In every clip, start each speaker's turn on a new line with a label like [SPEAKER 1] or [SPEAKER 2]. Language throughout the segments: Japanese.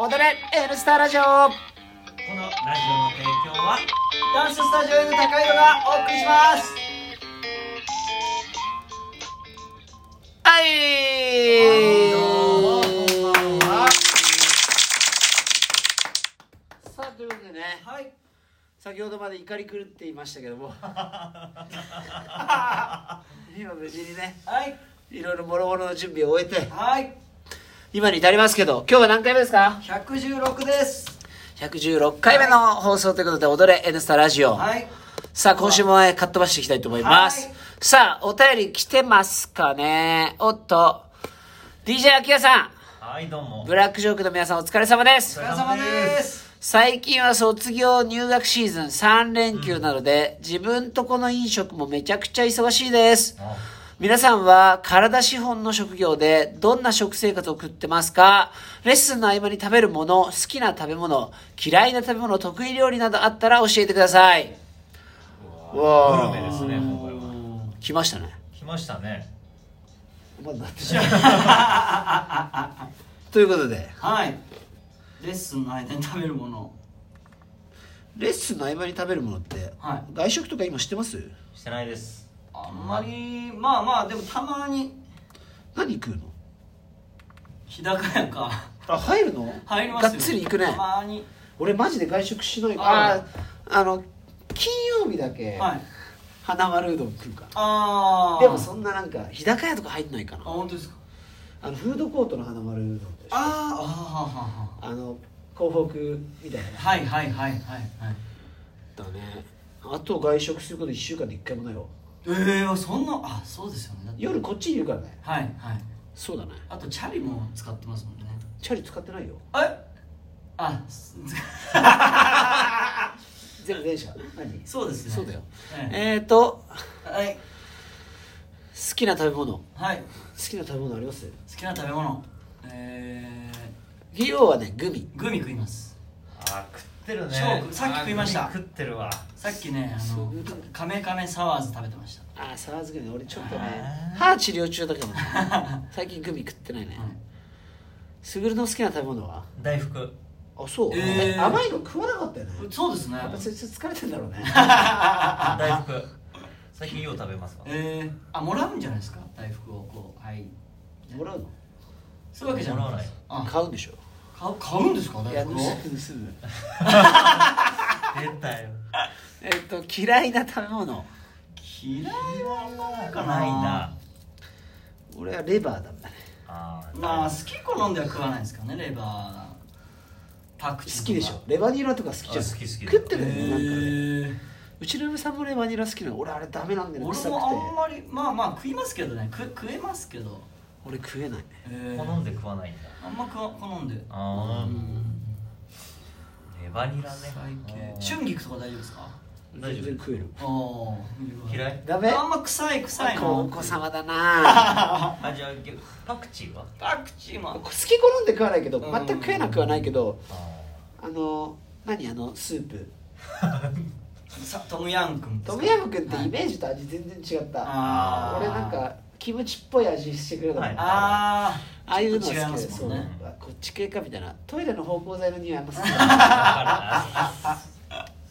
[SPEAKER 1] 踊れ N スタラジオ
[SPEAKER 2] このラジオの提供はダンススタジオ N 高井戸がお送りします
[SPEAKER 1] はい
[SPEAKER 2] どうもこんばんは
[SPEAKER 1] さあということでね
[SPEAKER 2] はい
[SPEAKER 1] 先ほどまで怒り狂っていましたけども 今無事にね
[SPEAKER 2] はい
[SPEAKER 1] いろいろ諸々の準備を終えて
[SPEAKER 2] はい
[SPEAKER 1] 今に至りますけど今日は何回目ですか
[SPEAKER 2] 116です
[SPEAKER 1] 116回目の放送ということで「踊れ N スタラジオ」
[SPEAKER 2] はい
[SPEAKER 1] さあ今週もねかっ飛ばしていきたいと思います、
[SPEAKER 2] はい
[SPEAKER 1] さあお便り来てますかねおっと DJ アキヤさ
[SPEAKER 3] はいどうんも
[SPEAKER 1] ブラックジョークの皆さんお疲れ様で
[SPEAKER 2] お
[SPEAKER 1] す
[SPEAKER 2] 疲れ様です
[SPEAKER 1] 最近は卒業入学シーズン3連休なので、自分とこの飲食もめちゃくちゃ忙しいです
[SPEAKER 3] あ
[SPEAKER 1] 皆さんは体資本の職業でどんな食生活を送ってますかレッスンの合間に食べるもの、好きな食べ物、嫌いな食べ物、得意料理などあったら教えてください。わ
[SPEAKER 3] グルメですね今回は
[SPEAKER 1] 来ましたね。
[SPEAKER 3] 来ましたね
[SPEAKER 1] まだなってない。 ということで、
[SPEAKER 2] はいレッスンの間に食べるもの
[SPEAKER 1] レッスンの合間に食べるものって、
[SPEAKER 2] は
[SPEAKER 1] 外食とか今知ってます
[SPEAKER 3] してないです
[SPEAKER 2] あんまりまあまあでもたまに
[SPEAKER 1] 何食うの
[SPEAKER 2] 日高屋か
[SPEAKER 1] あ、入るの
[SPEAKER 2] 入りますよ
[SPEAKER 1] がっつり行くね
[SPEAKER 2] たまに
[SPEAKER 1] 俺マジで外食しないか
[SPEAKER 2] あ
[SPEAKER 1] ら、あの、金曜日だけ、
[SPEAKER 2] はい
[SPEAKER 1] 花丸うどん食うか
[SPEAKER 2] ああ
[SPEAKER 1] ら。でもそんななんか、日高屋とか入んないか
[SPEAKER 2] あ
[SPEAKER 1] な。
[SPEAKER 2] 本当ですか
[SPEAKER 1] あのフードコートの花丸うどんでしょあ
[SPEAKER 2] あーあは
[SPEAKER 1] の広北みたい
[SPEAKER 2] はははいはいはいはいはい
[SPEAKER 1] なだねあと外食すること1週間で1回もないよ
[SPEAKER 2] えー、そんなあそうですよねだって
[SPEAKER 1] 夜こっちにいるからね
[SPEAKER 2] はいはい
[SPEAKER 1] そうだね
[SPEAKER 2] あとチャリも使ってますもんね
[SPEAKER 1] チャリ使ってないよ
[SPEAKER 2] えあ す
[SPEAKER 1] 全部電車何
[SPEAKER 2] そうですね
[SPEAKER 1] そうだよ、
[SPEAKER 2] え
[SPEAKER 1] えっ、ー、と
[SPEAKER 2] えはい
[SPEAKER 1] 好きな食べ物好
[SPEAKER 2] はい
[SPEAKER 1] きな食べ物あります
[SPEAKER 2] 好きな食べ物え
[SPEAKER 1] 費用はねグミ
[SPEAKER 2] ー、グミ食います
[SPEAKER 3] あー食ってる
[SPEAKER 2] そう
[SPEAKER 3] ね
[SPEAKER 2] 食さっき食いました
[SPEAKER 3] あーグミ食ってるわ
[SPEAKER 2] さっきねあ
[SPEAKER 1] そ
[SPEAKER 2] の
[SPEAKER 1] う
[SPEAKER 2] カメカメサワーズ食べてました
[SPEAKER 1] ああサワーグミ俺ちょっとね
[SPEAKER 3] あー
[SPEAKER 1] 歯治療中だから、ね、最近グミ食ってないね
[SPEAKER 2] はい
[SPEAKER 1] すぐるの好きな食べ物は
[SPEAKER 3] 大福
[SPEAKER 1] あそう、
[SPEAKER 2] えー
[SPEAKER 1] え甘いの食わなかったよね
[SPEAKER 2] そうですね
[SPEAKER 1] やっぱそいつ疲れてんだろうね
[SPEAKER 3] 大福最近よう食べますか
[SPEAKER 2] えー、あもらうんじゃないですか大福をこうはい
[SPEAKER 1] もらうの
[SPEAKER 2] そういうわけじゃない
[SPEAKER 3] もらわない
[SPEAKER 2] あ
[SPEAKER 1] 買うんでしょ
[SPEAKER 2] 買う買うんですか
[SPEAKER 1] いや
[SPEAKER 2] 大
[SPEAKER 1] 盗
[SPEAKER 2] 福
[SPEAKER 1] む盗
[SPEAKER 2] を
[SPEAKER 1] む
[SPEAKER 3] 出たよ
[SPEAKER 1] えっと嫌いな食べ物
[SPEAKER 2] 嫌いはないかな
[SPEAKER 3] ないな
[SPEAKER 1] 俺はレバーだね
[SPEAKER 3] あー
[SPEAKER 2] まあ好き好んでは食わないですからねレバーパク
[SPEAKER 1] 好
[SPEAKER 2] チーとか
[SPEAKER 1] きでしょレバニラとか好きじゃん
[SPEAKER 3] あ好き好き
[SPEAKER 1] 食って
[SPEAKER 2] へ
[SPEAKER 1] るよねなんかね
[SPEAKER 2] ー
[SPEAKER 1] うちの嫁さんもレバニラ好きなの俺あれダメなんだよね臭
[SPEAKER 2] 俺
[SPEAKER 1] くて
[SPEAKER 2] もあんまりまあまあ食いますけどねく食えますけど
[SPEAKER 1] 俺食えないね
[SPEAKER 3] 好んで食わないんだ
[SPEAKER 2] あんま食わ好んで
[SPEAKER 3] あーレバニラね
[SPEAKER 2] 最近
[SPEAKER 3] あー
[SPEAKER 2] 春菊とか大丈夫ですか
[SPEAKER 3] 大丈夫
[SPEAKER 1] 全然食える
[SPEAKER 2] ああ
[SPEAKER 3] 嫌い
[SPEAKER 1] ダメ
[SPEAKER 2] あんま臭い臭いの
[SPEAKER 1] お子様だ な
[SPEAKER 3] あじゃあパクチーは
[SPEAKER 2] パクチーも
[SPEAKER 1] 好き好んで食わないけど
[SPEAKER 2] うん
[SPEAKER 1] 全く食えなくはないけど
[SPEAKER 3] あ
[SPEAKER 1] あの何あのスープ
[SPEAKER 2] さトムヤン君
[SPEAKER 1] トムヤムクンって
[SPEAKER 2] はい
[SPEAKER 1] イメージと味全然違った
[SPEAKER 2] あー
[SPEAKER 1] 俺なんかキムチっぽい味してくれたの
[SPEAKER 3] はい
[SPEAKER 2] あ
[SPEAKER 1] ああいうの好き
[SPEAKER 2] 違いま
[SPEAKER 1] ですそ
[SPEAKER 2] も
[SPEAKER 1] うんね
[SPEAKER 2] ね
[SPEAKER 1] こっち系かみたいなトイレの芳香剤の匂いあんま好きじゃ
[SPEAKER 3] ー
[SPEAKER 1] ない
[SPEAKER 3] だから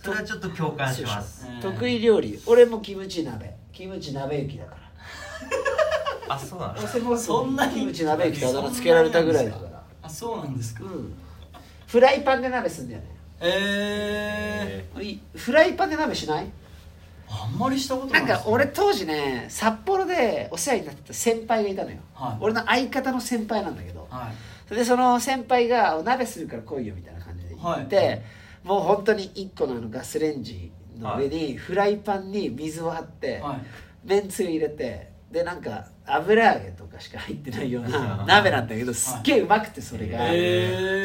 [SPEAKER 3] それはちょっと共感します
[SPEAKER 2] うん
[SPEAKER 1] 得意料理俺もキムチ鍋キムチ鍋行きだから
[SPEAKER 3] あそうなの
[SPEAKER 1] 俺も
[SPEAKER 2] そんなに
[SPEAKER 1] キムチ鍋行きってあだ名つけられたぐらいだから
[SPEAKER 2] あそうなんですか
[SPEAKER 1] うんフライパンで鍋すんだよね
[SPEAKER 2] ええ
[SPEAKER 1] いフライパンで鍋しない
[SPEAKER 2] あんまりしたことな
[SPEAKER 1] ないん
[SPEAKER 2] です
[SPEAKER 1] か
[SPEAKER 2] ね
[SPEAKER 1] 俺当時ね札幌でお世話になってた先輩がいたのよ、
[SPEAKER 2] はい
[SPEAKER 1] 俺の相方の先輩なんだけど、
[SPEAKER 2] はい
[SPEAKER 1] それでその先輩が「お鍋するから来いよ」みたいな感じで言って、
[SPEAKER 2] はい
[SPEAKER 1] もう本当に1個のあのガスレンジの上にフライパンに水を張って、
[SPEAKER 2] はい
[SPEAKER 1] めんつゆ入れてでなんか油揚げとかしか入ってないような鍋なんだけどすっげえうまくてそれが、
[SPEAKER 2] へ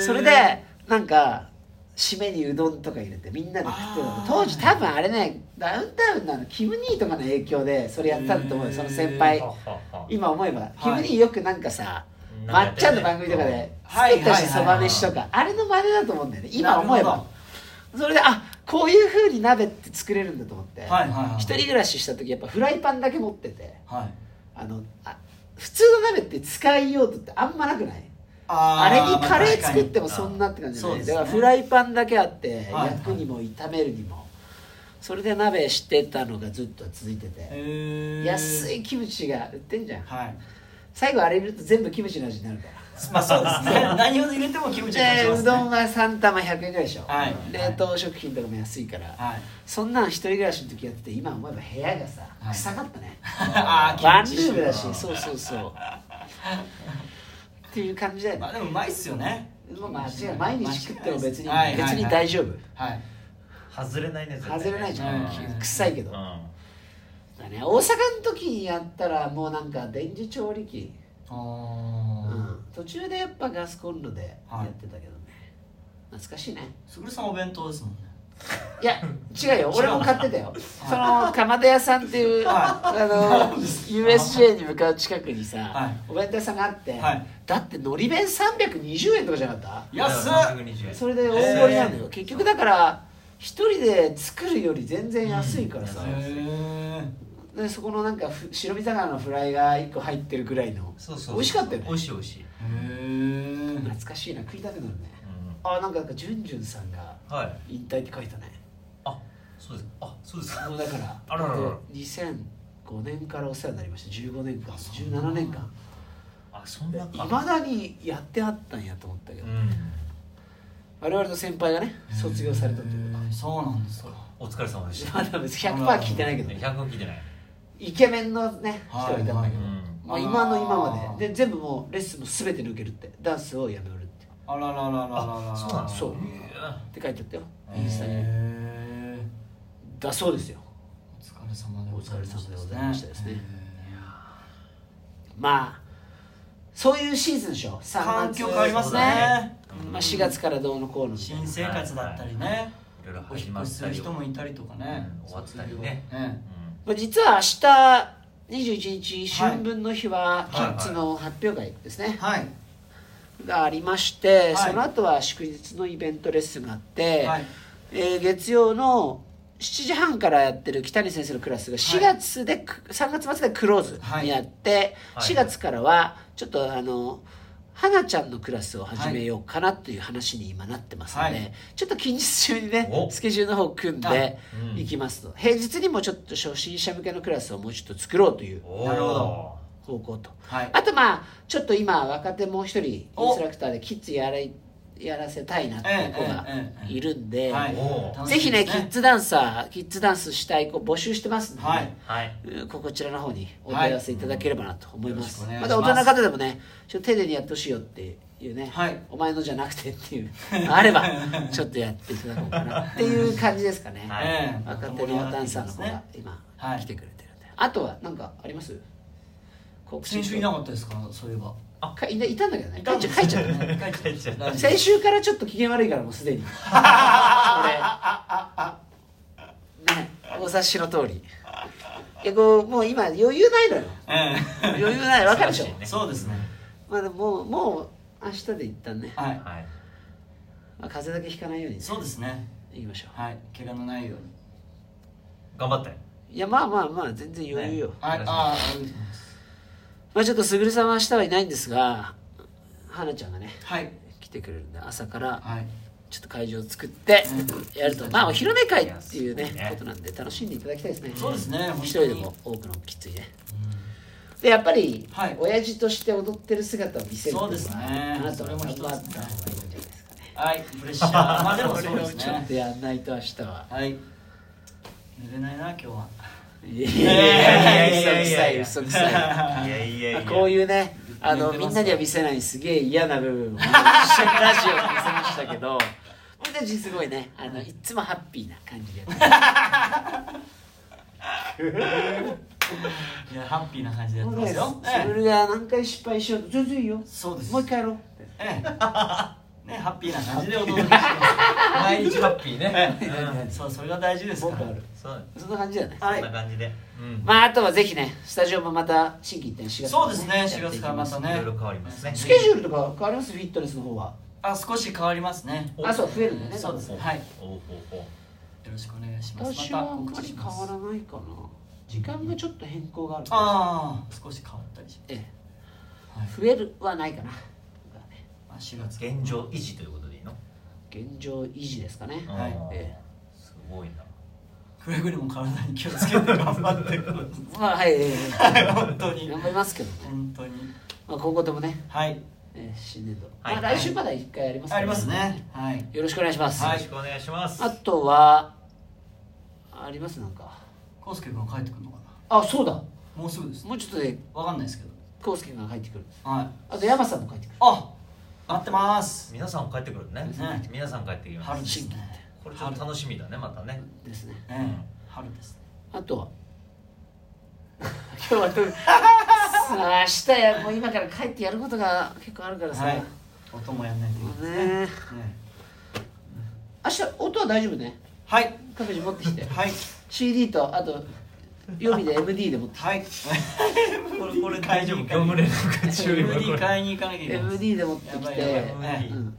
[SPEAKER 2] ー
[SPEAKER 1] それでなんか締めにうどんとか入れてみんなで食ってた
[SPEAKER 2] あ
[SPEAKER 1] の
[SPEAKER 2] ー
[SPEAKER 1] 当時多分あれねダウンタウンなのキム・ニーとかの影響でそれやってたんだと思うよ
[SPEAKER 2] へー
[SPEAKER 1] その先輩
[SPEAKER 3] ははは
[SPEAKER 1] 今思えば、
[SPEAKER 2] い
[SPEAKER 1] キム・ニーよくなんかさま
[SPEAKER 3] な
[SPEAKER 1] っ
[SPEAKER 3] んかやってね
[SPEAKER 1] ちゃんの番組とかで
[SPEAKER 2] は
[SPEAKER 1] 作
[SPEAKER 2] い
[SPEAKER 1] ったし
[SPEAKER 2] はいは
[SPEAKER 1] そ
[SPEAKER 2] いは
[SPEAKER 1] ば
[SPEAKER 2] い
[SPEAKER 1] 飯とかあれの真似だと思うんだよね今思え
[SPEAKER 2] なる
[SPEAKER 1] ば
[SPEAKER 2] ほ
[SPEAKER 1] それであこういうふうに鍋って作れるんだと思って
[SPEAKER 2] はいはいはい
[SPEAKER 1] 一人暮らしした時やっぱフライパンだけ持ってて
[SPEAKER 2] はい
[SPEAKER 1] あのあ普通の鍋って使い用途ってあんまなくない
[SPEAKER 2] あ
[SPEAKER 1] あれにカレ
[SPEAKER 3] まあ確
[SPEAKER 1] ー
[SPEAKER 3] かに
[SPEAKER 1] 作ってもそんなって感じだ
[SPEAKER 3] そう
[SPEAKER 1] ね
[SPEAKER 3] です
[SPEAKER 1] だ
[SPEAKER 3] ね
[SPEAKER 1] からフライパンだけあって
[SPEAKER 3] はい
[SPEAKER 1] 焼くにも炒めるにもそれで鍋してたのがずっと続いてて
[SPEAKER 2] え
[SPEAKER 1] 安
[SPEAKER 2] い
[SPEAKER 1] いキムチが売ってんじゃん
[SPEAKER 2] はい
[SPEAKER 1] 最後あれ入れると全部キムチの味になるから
[SPEAKER 2] まあそうですね何を入れてもキムチが勝ち
[SPEAKER 1] で
[SPEAKER 2] ま
[SPEAKER 1] う
[SPEAKER 2] す
[SPEAKER 1] どん
[SPEAKER 2] ね
[SPEAKER 1] は3玉100円ぐらいでしょ、
[SPEAKER 2] はい
[SPEAKER 1] 冷凍食品とかも安いから、
[SPEAKER 2] はい
[SPEAKER 1] そんなん一人暮らしの時やってて今思えば部屋がさ
[SPEAKER 3] はい
[SPEAKER 1] 臭かったね、
[SPEAKER 2] あ
[SPEAKER 1] ワ
[SPEAKER 2] ー
[SPEAKER 1] ンル
[SPEAKER 2] キムチ
[SPEAKER 1] ームだし
[SPEAKER 2] してる
[SPEAKER 1] そうそうそうっていう感じだよね
[SPEAKER 2] まあでもうまいっすよね
[SPEAKER 1] もう間違い毎日食っても別に、
[SPEAKER 2] はいはいはい
[SPEAKER 1] 別に大丈夫、
[SPEAKER 2] はい
[SPEAKER 3] 外れないね絶対ね
[SPEAKER 1] 外れないじゃん、
[SPEAKER 2] うん
[SPEAKER 1] 臭いけど、
[SPEAKER 3] うんあ
[SPEAKER 1] だね大阪の時にやったらもうなんか電磁調理器、
[SPEAKER 2] あ
[SPEAKER 1] うん途中でやっぱガスコンロでやってたけどね、懐かしいね
[SPEAKER 2] あすぐるさんお弁当ですもんね
[SPEAKER 1] いや違うよ俺も買ってたよ その鎌田屋さんっていうあ
[SPEAKER 2] は
[SPEAKER 1] の USJ に向かう近くにさ、
[SPEAKER 2] はい
[SPEAKER 1] お弁当屋さんがあって、
[SPEAKER 2] はい
[SPEAKER 1] だってのり弁320円とかじゃなかっ
[SPEAKER 2] 安っ
[SPEAKER 1] たそれで大盛りなのよ、
[SPEAKER 3] へー
[SPEAKER 1] 結局だから一人で作るより全然安いからさ、
[SPEAKER 3] うん
[SPEAKER 2] へ
[SPEAKER 1] でそこのなんかふ白身魚のフライが1個入ってるぐらいの
[SPEAKER 3] そうそう
[SPEAKER 1] 美味しかったよね
[SPEAKER 3] 美味しい美味しい、
[SPEAKER 2] え
[SPEAKER 1] 懐かしいな食いたくなるね
[SPEAKER 3] う
[SPEAKER 1] あなんかなんかジュンジュンさんが
[SPEAKER 3] ん、はい
[SPEAKER 1] 引退って書いたね
[SPEAKER 3] あそうですあそうです
[SPEAKER 1] もうだから
[SPEAKER 3] あららら
[SPEAKER 1] で2005年からお世話になりました15年間17年間
[SPEAKER 3] あそんなか
[SPEAKER 1] いまだにやってあったんやと思ったけど、
[SPEAKER 3] うん
[SPEAKER 1] 我々の先輩がね卒業されたという
[SPEAKER 2] へーそうなんですか
[SPEAKER 3] お疲れ様でした
[SPEAKER 1] まだ別に100%聞いてないけど
[SPEAKER 3] 100分聞いてない、
[SPEAKER 1] イケメンのね人
[SPEAKER 2] はい
[SPEAKER 1] がいたんだけ
[SPEAKER 3] う
[SPEAKER 1] ど、
[SPEAKER 3] ん、
[SPEAKER 1] まあ、今の今ま
[SPEAKER 2] あー
[SPEAKER 1] でで全部もうレッスンも全て抜けるってダンスをやめるって
[SPEAKER 2] あらららららら
[SPEAKER 3] あそうなの
[SPEAKER 1] そう
[SPEAKER 3] え
[SPEAKER 1] って書いてあったよ
[SPEAKER 2] へ
[SPEAKER 1] インスタに
[SPEAKER 2] え
[SPEAKER 1] だそうですよ
[SPEAKER 2] お疲れ様でございました
[SPEAKER 1] お疲れ様でございましたですね
[SPEAKER 2] へ
[SPEAKER 1] まあそういうシーズンでしょ3
[SPEAKER 2] ー
[SPEAKER 1] 月
[SPEAKER 2] 環境変わります
[SPEAKER 3] そう
[SPEAKER 1] ね、
[SPEAKER 2] ね
[SPEAKER 1] まあ、4月からどうのこうのみたいな
[SPEAKER 2] 新生活だったりね
[SPEAKER 3] いろいろ
[SPEAKER 2] お
[SPEAKER 3] 始
[SPEAKER 2] 引っ
[SPEAKER 3] ま
[SPEAKER 2] 越
[SPEAKER 3] っ
[SPEAKER 2] したする
[SPEAKER 3] り
[SPEAKER 2] 人もいたりとかね
[SPEAKER 3] うん終わったりね
[SPEAKER 2] ね
[SPEAKER 1] まあ、実は明日21日春分の日はキ
[SPEAKER 3] はい
[SPEAKER 1] ッズの発表会ですね、
[SPEAKER 2] はい
[SPEAKER 1] がありまして、
[SPEAKER 2] はい
[SPEAKER 1] その後は祝日のイベントレッスンがあって、
[SPEAKER 2] はい
[SPEAKER 1] えー月曜の7時半からやってる北谷先生のクラスが4月でく、3月末でクローズにやって、
[SPEAKER 3] はい
[SPEAKER 1] 4月からはちょっとあの花ちゃんのクラスを始めようかなという話に今なってますので、
[SPEAKER 2] はい
[SPEAKER 1] ちょっと近日中にね
[SPEAKER 3] お
[SPEAKER 1] スケジュールの方を組ん
[SPEAKER 2] は
[SPEAKER 1] で
[SPEAKER 2] い
[SPEAKER 3] うん
[SPEAKER 1] いきますと、平日にもちょっと初心者向けのクラスをもうちょっと作ろうという
[SPEAKER 3] おー
[SPEAKER 2] なるほど
[SPEAKER 1] 方向と
[SPEAKER 2] はい
[SPEAKER 1] あとまあちょっと今若手もう一人イン
[SPEAKER 2] お
[SPEAKER 1] ストラクターでキッズやらいやらせたいなっていう子が
[SPEAKER 2] ええええええ
[SPEAKER 1] いるんで、
[SPEAKER 2] はい
[SPEAKER 3] おー
[SPEAKER 2] 楽し
[SPEAKER 1] ぜひ
[SPEAKER 2] みで
[SPEAKER 1] ね
[SPEAKER 2] す
[SPEAKER 1] キッズダンサーキッズダンスしたい子募集してますんで、
[SPEAKER 2] はい
[SPEAKER 3] はい
[SPEAKER 1] うんこちらの方にお問い合わせいただければなと思います,、
[SPEAKER 2] はいよ
[SPEAKER 1] ま
[SPEAKER 2] ろし
[SPEAKER 1] だ
[SPEAKER 2] くお願いします
[SPEAKER 1] 大人の方でもねちょっと丁寧にやってほしいよっていうね、
[SPEAKER 2] はい
[SPEAKER 1] お前のじゃなくてっていうあ ればちょっとやっていただこうかなっていう感じですかね、
[SPEAKER 3] はい
[SPEAKER 2] ええ
[SPEAKER 1] 若手のダンサーの子が今
[SPEAKER 2] はい
[SPEAKER 1] 来てくれてるんで、あとは何かあります告
[SPEAKER 2] 先週いなかったですかそういえば
[SPEAKER 1] かいないたんだけどね帰っちゃ帰っちゃったね
[SPEAKER 2] 帰っちゃった
[SPEAKER 1] 先週からちょっと機嫌悪いからもうすでに俺ねお察しの通りいやこうもう今余裕ないのよ
[SPEAKER 2] え
[SPEAKER 1] 余裕ないわかるでしょ
[SPEAKER 3] 素晴らしい
[SPEAKER 2] え
[SPEAKER 3] ね
[SPEAKER 2] そうですね
[SPEAKER 1] まあでももうもう明日で一旦ね、
[SPEAKER 2] はい
[SPEAKER 3] はい
[SPEAKER 1] まあ、風邪だけひかないようにね
[SPEAKER 2] そうですね
[SPEAKER 1] いきましょ
[SPEAKER 2] はい怪我のないように
[SPEAKER 3] 頑張って
[SPEAKER 1] ういやまあまあまあ全然余裕よ、
[SPEAKER 3] ね
[SPEAKER 2] はいああありがとうございます
[SPEAKER 1] まあちょっとすぐるさんは明日はいないんですが花ちゃんがね
[SPEAKER 2] はい
[SPEAKER 1] 来てくれるんで朝から
[SPEAKER 2] はい
[SPEAKER 1] ちょっと会場を作ってやると、まあお披露目会っていう
[SPEAKER 3] い
[SPEAKER 1] ね
[SPEAKER 3] やすごいね
[SPEAKER 1] ことなんで楽しんでいただきたいですね
[SPEAKER 2] そうですね本当に
[SPEAKER 1] 一人でも多くのきついねでやっぱり、
[SPEAKER 2] はい
[SPEAKER 1] 親父として踊ってる姿を見せるってい
[SPEAKER 2] そう
[SPEAKER 1] う
[SPEAKER 2] です
[SPEAKER 1] のは
[SPEAKER 2] ね
[SPEAKER 1] あなた
[SPEAKER 2] そ
[SPEAKER 1] も
[SPEAKER 2] れも
[SPEAKER 1] 頑張っ
[SPEAKER 2] 一つ
[SPEAKER 1] た方がいいんじゃないですかね
[SPEAKER 2] はいプレッシャ ーまあでもそうです
[SPEAKER 1] ちょっ
[SPEAKER 2] ね
[SPEAKER 1] とやんないと明日は
[SPEAKER 2] はい寝れないな今日はい
[SPEAKER 3] い
[SPEAKER 1] やいやい
[SPEAKER 3] いや
[SPEAKER 1] や
[SPEAKER 3] いや
[SPEAKER 1] 嘘くさい嘘くさ
[SPEAKER 3] いやいや
[SPEAKER 1] い
[SPEAKER 3] い
[SPEAKER 1] まあ
[SPEAKER 3] や
[SPEAKER 1] こういうねあの
[SPEAKER 2] 言ってます
[SPEAKER 1] みんなには見せないすげえ嫌な部分を一緒にラジオで見せましたけど僕たちすごいねあのいつもハッピーな感じでやってます
[SPEAKER 2] いやハッピーな感じでやって
[SPEAKER 1] 僕
[SPEAKER 2] ま
[SPEAKER 1] は
[SPEAKER 2] すよ
[SPEAKER 1] そ
[SPEAKER 2] ええ
[SPEAKER 1] れが何回失敗しようと全然いいよ
[SPEAKER 2] そうです
[SPEAKER 1] もう一回やろうって
[SPEAKER 2] ええねハッピーな感じでお届け してます
[SPEAKER 3] 毎日ハッピーね
[SPEAKER 2] ええそうそれが大事ですから
[SPEAKER 1] 僕ある
[SPEAKER 3] そう
[SPEAKER 1] そんな感じだね
[SPEAKER 2] は
[SPEAKER 3] こん
[SPEAKER 2] い
[SPEAKER 3] な感じでうん
[SPEAKER 1] まああとはぜひねスタジオもまた新規一転4月
[SPEAKER 2] そうですね
[SPEAKER 1] やっていき
[SPEAKER 2] 4月からまたね
[SPEAKER 3] いろいろ変わりますね
[SPEAKER 1] スケジュールとか変わりますフィットネスの方は
[SPEAKER 2] あ少し変わりますね
[SPEAKER 3] お
[SPEAKER 1] あそう増えるんだよね
[SPEAKER 2] そうです
[SPEAKER 3] お
[SPEAKER 2] はいよ
[SPEAKER 3] おおお
[SPEAKER 2] ろしくお願いします
[SPEAKER 1] 私はあん
[SPEAKER 2] また
[SPEAKER 1] ま
[SPEAKER 2] 告知
[SPEAKER 1] り
[SPEAKER 2] し
[SPEAKER 1] 変
[SPEAKER 2] ます
[SPEAKER 1] わらないかな時間がちょっと変更があるから
[SPEAKER 2] ああ少し変わったりし
[SPEAKER 1] ええ
[SPEAKER 2] ます、はい
[SPEAKER 1] 増えるはないかな僕はね4月
[SPEAKER 3] 現状維持ということでいいの
[SPEAKER 1] 現状維持ですかね、
[SPEAKER 2] はい
[SPEAKER 3] あー
[SPEAKER 1] え
[SPEAKER 3] すごいな
[SPEAKER 2] くれぐれも体に気をつけて頑張ってくださ
[SPEAKER 1] えまあはい、ええ
[SPEAKER 2] い本 当に
[SPEAKER 1] 頑張りますけどね、
[SPEAKER 2] 本当に
[SPEAKER 1] まあ、今後ともね、
[SPEAKER 2] はい
[SPEAKER 1] ええ新年度、
[SPEAKER 3] はい
[SPEAKER 1] まあ、来週まだ1回ありますから
[SPEAKER 2] ありますねはい
[SPEAKER 1] よろしくお願いします、
[SPEAKER 2] は
[SPEAKER 3] よ
[SPEAKER 2] い
[SPEAKER 3] ろしくお願いします
[SPEAKER 1] あとはありますなんか
[SPEAKER 2] 康介君は帰ってくるのかな
[SPEAKER 1] あそうだ
[SPEAKER 2] もうすぐです
[SPEAKER 1] もうちょっとで
[SPEAKER 2] わかんないですけど
[SPEAKER 1] 康介が入ってくる
[SPEAKER 2] はい
[SPEAKER 1] あと山さんも帰ってくる
[SPEAKER 2] あ待ってます
[SPEAKER 3] 皆さん帰ってくるね
[SPEAKER 2] ね
[SPEAKER 3] 皆さん帰ってきま
[SPEAKER 2] 春です
[SPEAKER 3] す
[SPEAKER 2] ね
[SPEAKER 3] これちょっと楽しみだねまたね
[SPEAKER 1] ですね
[SPEAKER 2] 春,、ね、春ですね
[SPEAKER 1] あとは 今日はどうさあ明日やもう今から帰ってやることが結構あるからさ、
[SPEAKER 2] はい
[SPEAKER 1] ね
[SPEAKER 2] 音もやんないといけないですね
[SPEAKER 1] え
[SPEAKER 2] ね
[SPEAKER 1] 明日音は大丈夫ね
[SPEAKER 2] はい
[SPEAKER 1] 各自持ってきて
[SPEAKER 2] はい
[SPEAKER 1] CD とあと予備で MD で持って
[SPEAKER 2] はい
[SPEAKER 3] これこれ大丈夫業務連絡中今
[SPEAKER 2] MD
[SPEAKER 3] これ
[SPEAKER 2] 買いに行かなきゃいけないです
[SPEAKER 1] MD で持ってき
[SPEAKER 2] やばいやば
[SPEAKER 1] て
[SPEAKER 2] い、ね
[SPEAKER 1] うん、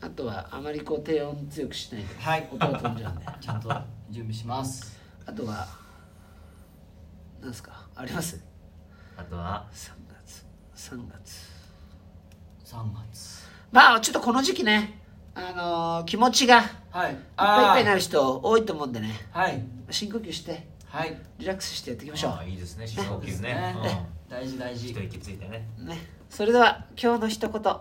[SPEAKER 1] あとはあまりこう低音強くしないで
[SPEAKER 2] はい
[SPEAKER 1] 音が飛んじゃうんで
[SPEAKER 2] ちゃんと準備します
[SPEAKER 1] あとは何すかあります
[SPEAKER 3] あとは
[SPEAKER 1] 3月3月
[SPEAKER 2] 3月
[SPEAKER 1] まあちょっとこの時期ねあのー気持ちがいっ
[SPEAKER 2] は
[SPEAKER 1] ぱい
[SPEAKER 2] い
[SPEAKER 1] いっぱいにな
[SPEAKER 2] あ
[SPEAKER 1] る人多いと思うんでね
[SPEAKER 2] ーはい
[SPEAKER 1] 深呼吸して
[SPEAKER 2] はい
[SPEAKER 1] リラックスしてやっていきましょ
[SPEAKER 3] あーいいですね深呼
[SPEAKER 2] そうで
[SPEAKER 3] 吸
[SPEAKER 2] す
[SPEAKER 3] ね
[SPEAKER 2] ね大事大
[SPEAKER 3] うん
[SPEAKER 2] 事
[SPEAKER 3] 一息ついてね
[SPEAKER 1] うねそれでは今日の一言